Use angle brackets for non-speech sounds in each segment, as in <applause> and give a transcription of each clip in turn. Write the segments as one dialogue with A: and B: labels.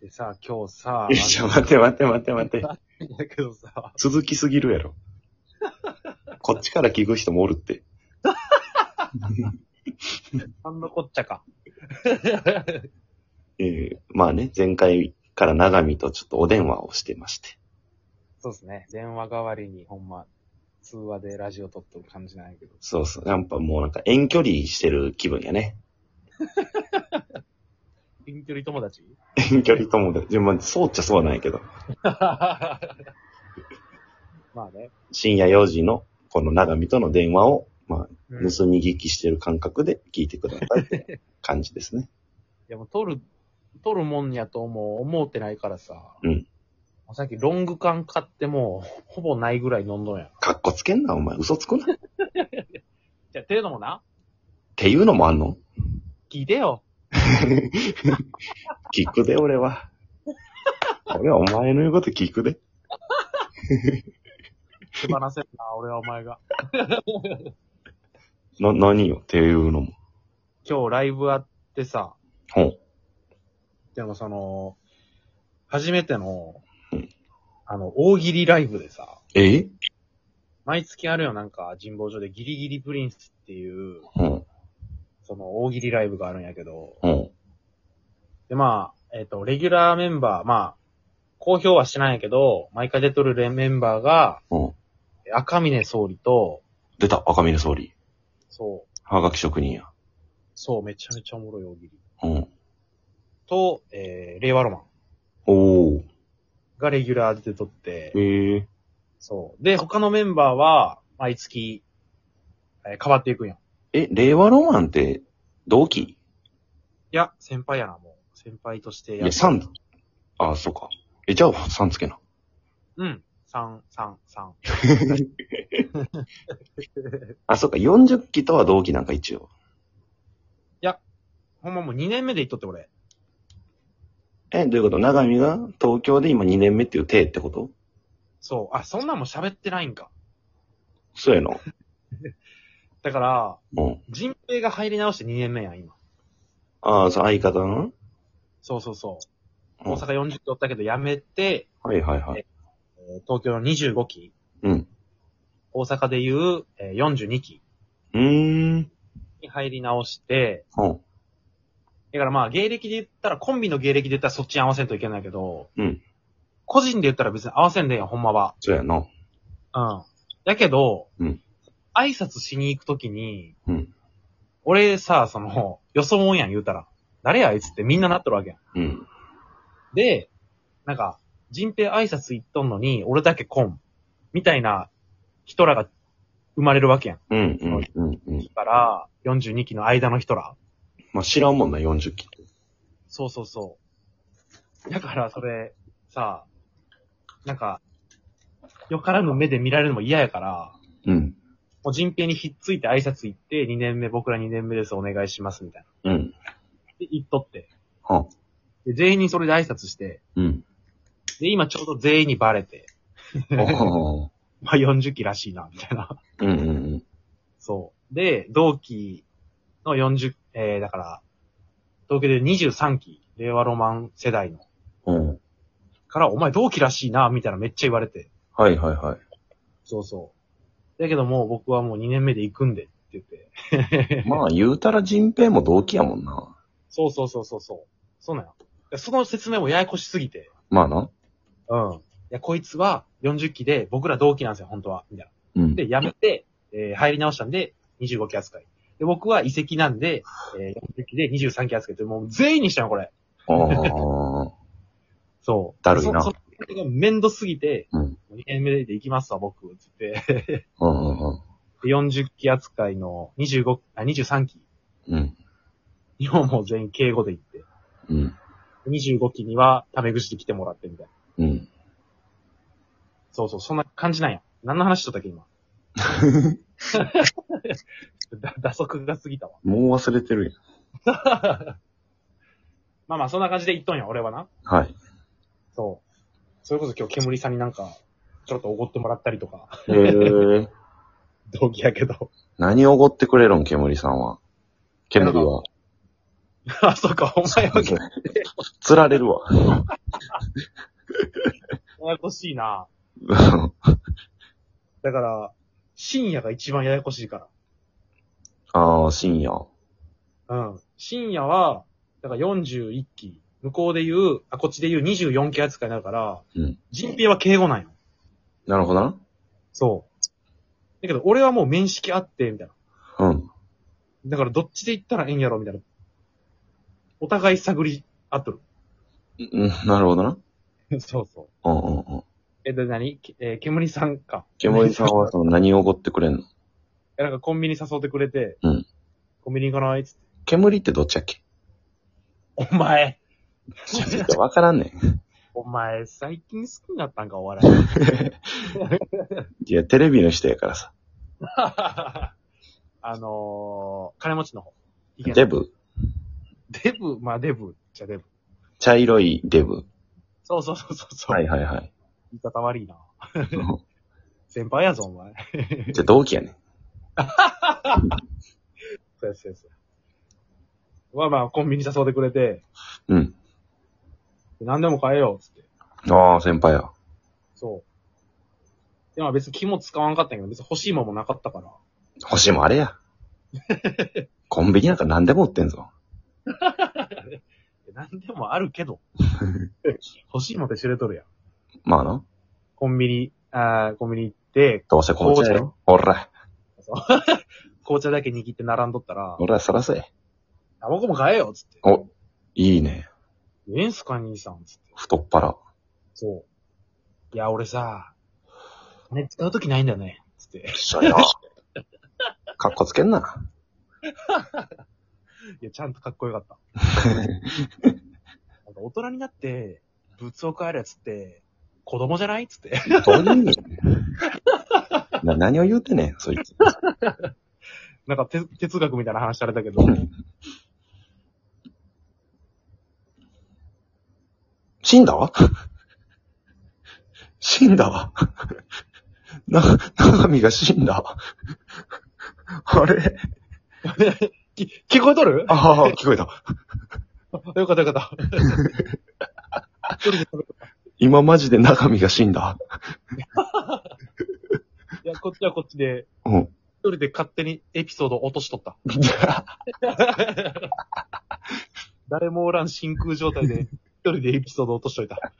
A: でさ、今日さ、
B: いや、ちょ、待って待って待って待って。
A: だけど <laughs> さ、
B: 続きすぎるやろ。こっちから聞く人もおるって。
A: あんのこっちゃか。
B: えーまあね、前回から長見とちょっとお電話をしてまして。
A: <laughs> そうですね。電話代わりに、ほんま、通話でラジオ撮ってる感じなんやけど。
B: そうそう。やっぱもうなんか遠距離してる気分やね。 <laughs>
A: 遠距離友達
B: 遠距離友達。まあ、そうっちゃそうなんやけど。
A: <laughs> まあね。
B: 深夜4時のこの長見との電話を、まあ、
A: うん、い
B: 盗み聞きしてる感覚で聞いてくださいって感じですね。
A: や、もう撮る、撮るもんやと思う、思うてないからさ。
B: うん
A: もうさっきロング缶買ってもう、ほぼないぐらい飲んどんやん。
B: かっこつけんな、お前。嘘つくな。っ
A: じゃ、ていうのもな、
B: ていうのもあんの
A: 聞いてよ。
B: <laughs> 聞くで、俺は。俺はお前の言うこと聞くで。
A: 手放せるな、俺はお前が。
B: の、何よっていうのも。
A: 今日ライブあってさ、
B: ほう。
A: でもその、初めての
B: うん、
A: あの、大喜利ライブでさ、
B: え
A: 毎月あるよ、なんか、神保町でギリギリプリンスっていう、
B: ほう。
A: その、大喜利ライブがあるんやけど、
B: ほう。
A: で、まあ、えっ、と、レギュラーメンバー、まあ、公表はしないんやけど、毎回出とるレメンバーが、
B: ほう。
A: 赤嶺総理と、
B: 出た、赤峰総理。
A: そう、
B: はがき職人や。
A: そう、めちゃめちゃおもろい大喜利。
B: うん。
A: と、えー、令和ロマン
B: おー。
A: がレギュラーで出とって、
B: へえ。
A: そう。で、他のメンバーは、毎月、えー変わっていくんや。
B: え、令和ロマンって、同期
A: いや、先輩やな、もう。先輩として
B: い
A: や
B: や、三。あ、そうか。え、じゃあ、三つけな。
A: うん。三、三、三。
B: あ、そうか。40期とは同期なんか一応。
A: ほんまもう2年目で行っとって、俺。
B: え、どういうこと長見が東京で今2年目っていう体ってこと
A: そう。あ、そんなんも喋ってないんか。
B: そう
A: <laughs>
B: やな。
A: だから、
B: うん。
A: 人平が入り直して2年目やん、今。
B: ああ、そう、相方の
A: そうそうそう。
B: うん
A: 大阪40期おったけど辞めて、
B: はいはいはい。
A: えー東京の25期。
B: うん。
A: 大阪でいう、えー42期
B: うーん。
A: に入り直して、
B: うん。
A: だからまあ、芸歴で言ったら、コンビの芸歴で言ったらそっちに合わせんといけないけど、
B: うん。
A: 個人で言ったら別に合わせんでんやん、ほんまは。
B: そうやな。
A: うん。だけど、
B: うん
A: 挨拶しに行くときに、
B: うん
A: 俺さ、その、よそもんやん言うたら、誰やあいつってみんななっとるわけやん。
B: うん。
A: で、なんか、人平挨拶行っとんのに、俺だけ来ん。みたいな人らが生まれるわけやん。
B: うんうんうんうん。
A: だから、42期の間の人ら。
B: まあ、知らんもんな、40期って。
A: そうそうそう。だから、それ、さ、なんか、よからぬ目で見られるのも嫌やから、
B: うん。
A: もう人平にひっついて挨拶行って、2年目、僕ら2年目です、お願いします、みたいな。
B: うん。
A: で、行っとって。
B: は
A: で、全員にそれで挨拶して、
B: うん。
A: で、今ちょうど全員にバレて、
B: おー
A: まあ、40期らしいな、みたいな。
B: <laughs> うんうんうん。
A: そう。で、同期の40、えー、だから、東京で23期、令和ロマン世代の、
B: うん。
A: から、お前同期らしいな、みたいなめっちゃ言われて。
B: はいはいはい。
A: そうそう。だけどもう僕はもう2年目で行くんで、って言って。
B: まあ、言うたら人平も同期やもんな。
A: そうそうそうそうそう。そうなんや。その説明もややこしすぎて。
B: まあな。
A: うん。いや、こいつは40期で、僕ら同期なんですよ、本当は。みたい
B: うん
A: な。。で、やめて、えー入り直したんで、25期扱い。で、僕は移籍なんで、えー40期で23期扱いって、もう全員にしたの、これ。
B: ああ。
A: そう。
B: だるいな
A: そ、それが面倒すぎて、
B: うん
A: 2年目で行きますわ、僕。つって。
B: うんうんうん。
A: で40期扱いの25、あ、23期
B: うん。
A: にももう全員敬語で行って。
B: うん。
A: 25期にはタメ口で来てもらってみたいな。
B: うん。
A: そうそう、そんな感じなんや。何の話しとったっけ、 <laughs> 今。だ打足が過ぎたわ。
B: もう忘れてる
A: まあまあ、そんな感じで言っとんや、俺はな。
B: やん。はい。
A: そう。それこそ今日、煙さんになんか、ちょっとおごってもらったりとか、 <laughs>
B: へえ。
A: 同期やけ <laughs> ど。
B: 何おごってくれるん、煙さんは。煙は。 <laughs>
A: あ、そうか、お前は、
B: 釣られるわ。
A: <laughs>
B: <laughs>
A: ややこしいな。
B: あ
A: だから、深夜が一番ややこしいか
B: あー、深夜。
A: ら。うん。深夜は、だから41期。向こうで言う、あ、こっちで言う24期扱いになるから、
B: うん
A: 人平は敬語なんよ。
B: なるほどな。
A: そう。だけど、俺はもう面識あって、みたいな。
B: うん。
A: だから、どっちで言ったらええんやろ、みたいな。お互い探り合っと
B: うん、なるほどな。
A: る。そうそう。
B: うんうんうん。
A: え、で、何けえー、煙さんか。
B: 煙さんはその何を怒ってくれんの
A: えなんかコンビニ誘ってくれて、
B: うん
A: コンビニ行かないっつって。
B: 煙ってどっちやっけ
A: お前
B: <laughs> わからんねん。
A: お前、最近好きになったんか、お笑い。 <laughs>
B: <laughs> いや、テレビの人やからさ。
A: あのー、金持ちの方。いけない
B: デブ
A: デブ、まあデブじゃデブ。
B: 茶色いデブ。
A: そうそうそうそう。そう
B: はいはいはい。
A: 言い方悪いな。
B: うん <laughs>
A: 先輩やぞ、お前。
B: じゃあ同期やねん。
A: そうやそうやそうや。まあまあ、コンビニ誘ってくれて、
B: うん。
A: 何でも買えよ、つって。
B: ああ、先輩や。
A: そう。で、まあ別に気も使わんかったんやけど、別に欲しいもんもなかったから。
B: 欲しいもんあれ <laughs> や。コンビニなんか何でも売ってん <laughs> ぞ。
A: <laughs> 何でもあるけど。欲しいもんって知れとるやん。
B: まあな。
A: コンビニ、あーコンビニ行って、
B: どうせ紅茶やろ。ほら、
A: 紅茶だけ握って並んどったら、
B: ほら、そらせ。
A: タバコも買えよっつって。
B: お、いいね。
A: ええんすか、兄さんっつって。
B: 太っ <laughs> 腹。
A: そう。いや、俺さ、金使うときないんだよね。つって。
B: しょよ。かっこつけんな。
A: いや、ちゃんとかっこよかった。なんか大人になって、物を買えるやつって、子供じゃないっつって。
B: どういう意味な何を言うてんねん、そいつ。
A: なんかて哲学みたいな話されたけど、
B: 死んだわ死んだわ。な、長見が死んだわ。あれ
A: き聞こえとる
B: ああ、聞こえた。
A: よかったよかった。
B: <laughs>
A: 一人で食べ
B: 今マジで長見が死んだ。
A: いや、こっちはこっちで、
B: うん。
A: 一人で勝手にエピソード落としと
B: <laughs>
A: った。誰もおらん真空状態で、一人でエピソード落としといた。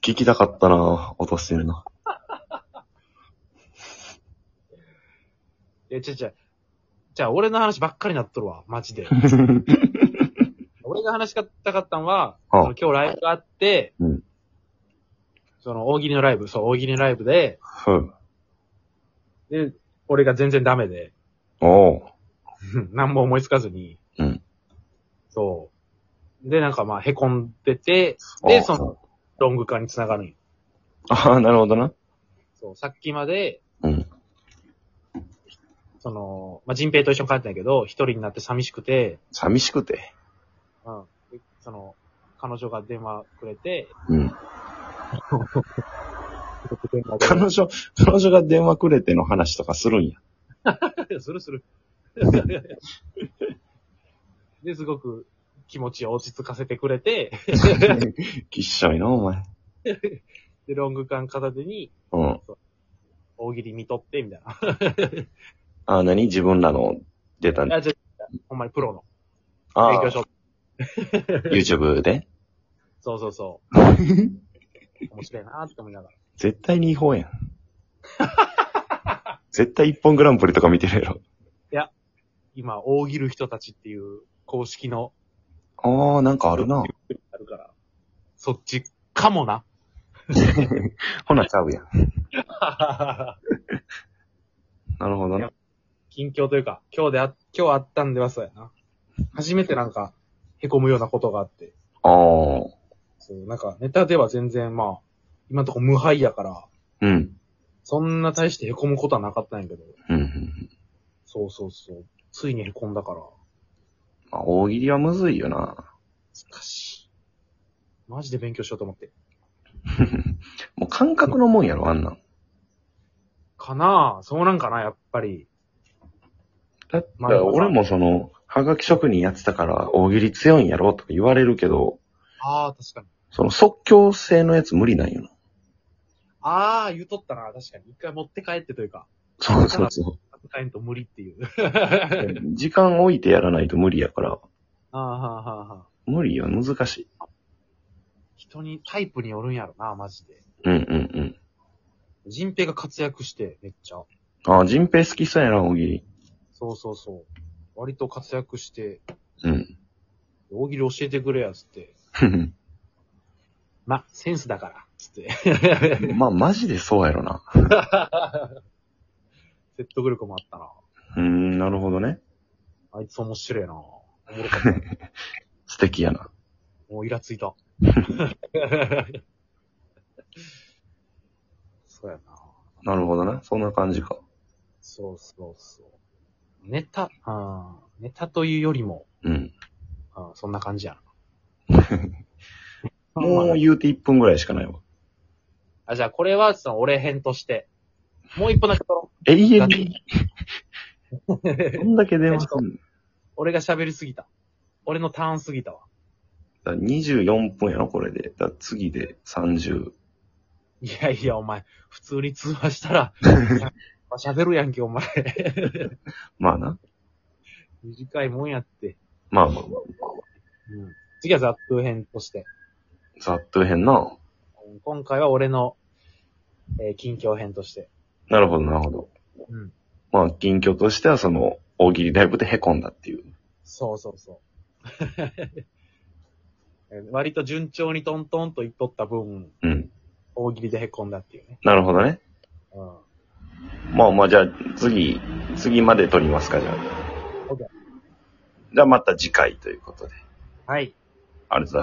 B: 聞きたかったな落としてるな。
A: いや、ちゃちゃ、じゃあ俺の話ばっかりなっとるわ、マジで。俺が話したかったんは、
B: うん
A: その今日ライブがあって、
B: うん
A: その大喜利のライブ、そう、大喜利のライブで、
B: うん。
A: で、俺が全然ダメで、
B: おう。
A: うん <laughs> 何も思いつかずに。
B: うん
A: そう。で、なんかまあ、へこんでて、で、
B: あ
A: その、ロング化につながるんよ
B: ああ、なるほどな。
A: そう、さっきまで、
B: うん。
A: その、まあ、人平と一緒に帰ってたんやけど、一人になって寂しくて、
B: 寂しくて。
A: うん。でその、彼女が電話くれて、
B: うん。
A: 電話
B: 彼女、彼女が電話くれての話とかするんや。
A: で <laughs> するする。で、すごく気持ちを落ち着かせてくれて、
B: きっしょいな、お前。
A: で、ロング缶片手に
B: うん。
A: 大喜利見とって、みたいな。
B: ああ、何自分らの出たん
A: い
B: あ
A: やちょほんまにプロの勉
B: あ
A: 強し、とっ
B: YouTube で
A: そうそうそう。面白いなーって思いながら。
B: 絶対に違法やん。 <laughs> 絶対一本グランプリとか見てるやろ。
A: 今、大喜る人たちっていう公式の
B: ああ、なんかあるな。
A: あるから、そっちかもな。
B: ほな、ちゃうやん。なるほど
A: い
B: な
A: や。近況というか、今日であ、今日あったんではそうやな。初めてなんか、凹むようなことがあって。
B: ああ、
A: そう、なんか、ネタでは全然まあ、今のところ無敗やから、
B: うん。
A: そんな大して凹むことはなかったんやけど、
B: うんうんうん。
A: そうそうそう。ついに凹んだから、
B: まあ、大喜利はむずいよな。 <laughs>
A: 難しい。マジで勉強しようと思って。
B: もう感覚のもんやろ、あんなん。
A: かなぁ、そうなんかな、やっぱり。
B: だって、
A: まあまあ
B: 俺もその、はがき職人やってたから大喜利強いんやろとか言われるけど、
A: ああ、確かに。
B: その即興性のやつ無理なんよな。
A: あー、言うとったな、確かに。一回持って帰ってというか、
B: そうそうそ
A: 帰んと無理っていう。
B: う。 <laughs> 時間置いてやらないと無理やから、
A: あーはーはーはー
B: 無理よ、難しい。
A: 人に、タイプによるんやろな、マジで。
B: うんうん
A: 人平が活躍して、めっちゃ。
B: うん。ああ、人平好きそうやな、大喜利。
A: そうそうそう。割と活躍して、
B: うん。
A: 大喜利教えてくれや、つって。
B: ふふ
A: ま、センスだから、つって。
B: <laughs> まあ、マジでそうやろな。
A: 説得力もあったな。
B: うーん、なるほどね。
A: あいつ面白いな。おもろかった。
B: 素敵やな。
A: もうイラつい
B: <laughs>
A: た。そうやな。
B: なるほどね。そんな感じか。
A: そうそうそう。ネタ、うん、ネタというよりも、
B: うん。
A: うん、そんな感
B: <laughs>
A: じやな。
B: もう言うて1分ぐらいしかないわ。
A: あ、じゃあこれは、その、俺編として、もう一本だけ撮ろ
B: 永遠 <laughs> に、
A: う。
B: どんだけ電話すんの
A: 俺が喋りすぎた。俺のターンすぎたわ。
B: だから24分やろ、これで。だから次で30。
A: いやいや、お前、普通に通話したら、 <laughs> 喋るやんけ、お前。
B: まあな。
A: 短いもんやって。
B: まあまあまあ。
A: うん、次は雑風編として。
B: ざっと変な。
A: うん今回は俺の、えー近況編として。
B: なるほど、なるほど。
A: うん。
B: まあ、近況としては、その、大喜利ライブで凹んだっていう。
A: そうそうそう。えー <laughs> 割と順調にトントンと言っとった分、
B: うん。
A: 大喜利で凹んだっていうね。
B: なるほどね。
A: うん。
B: まあまあ、じゃあ、次、次まで撮りますか、じゃあ。
A: OK
B: じゃあ、また次回ということで。
A: はい。
B: ありがとうございます。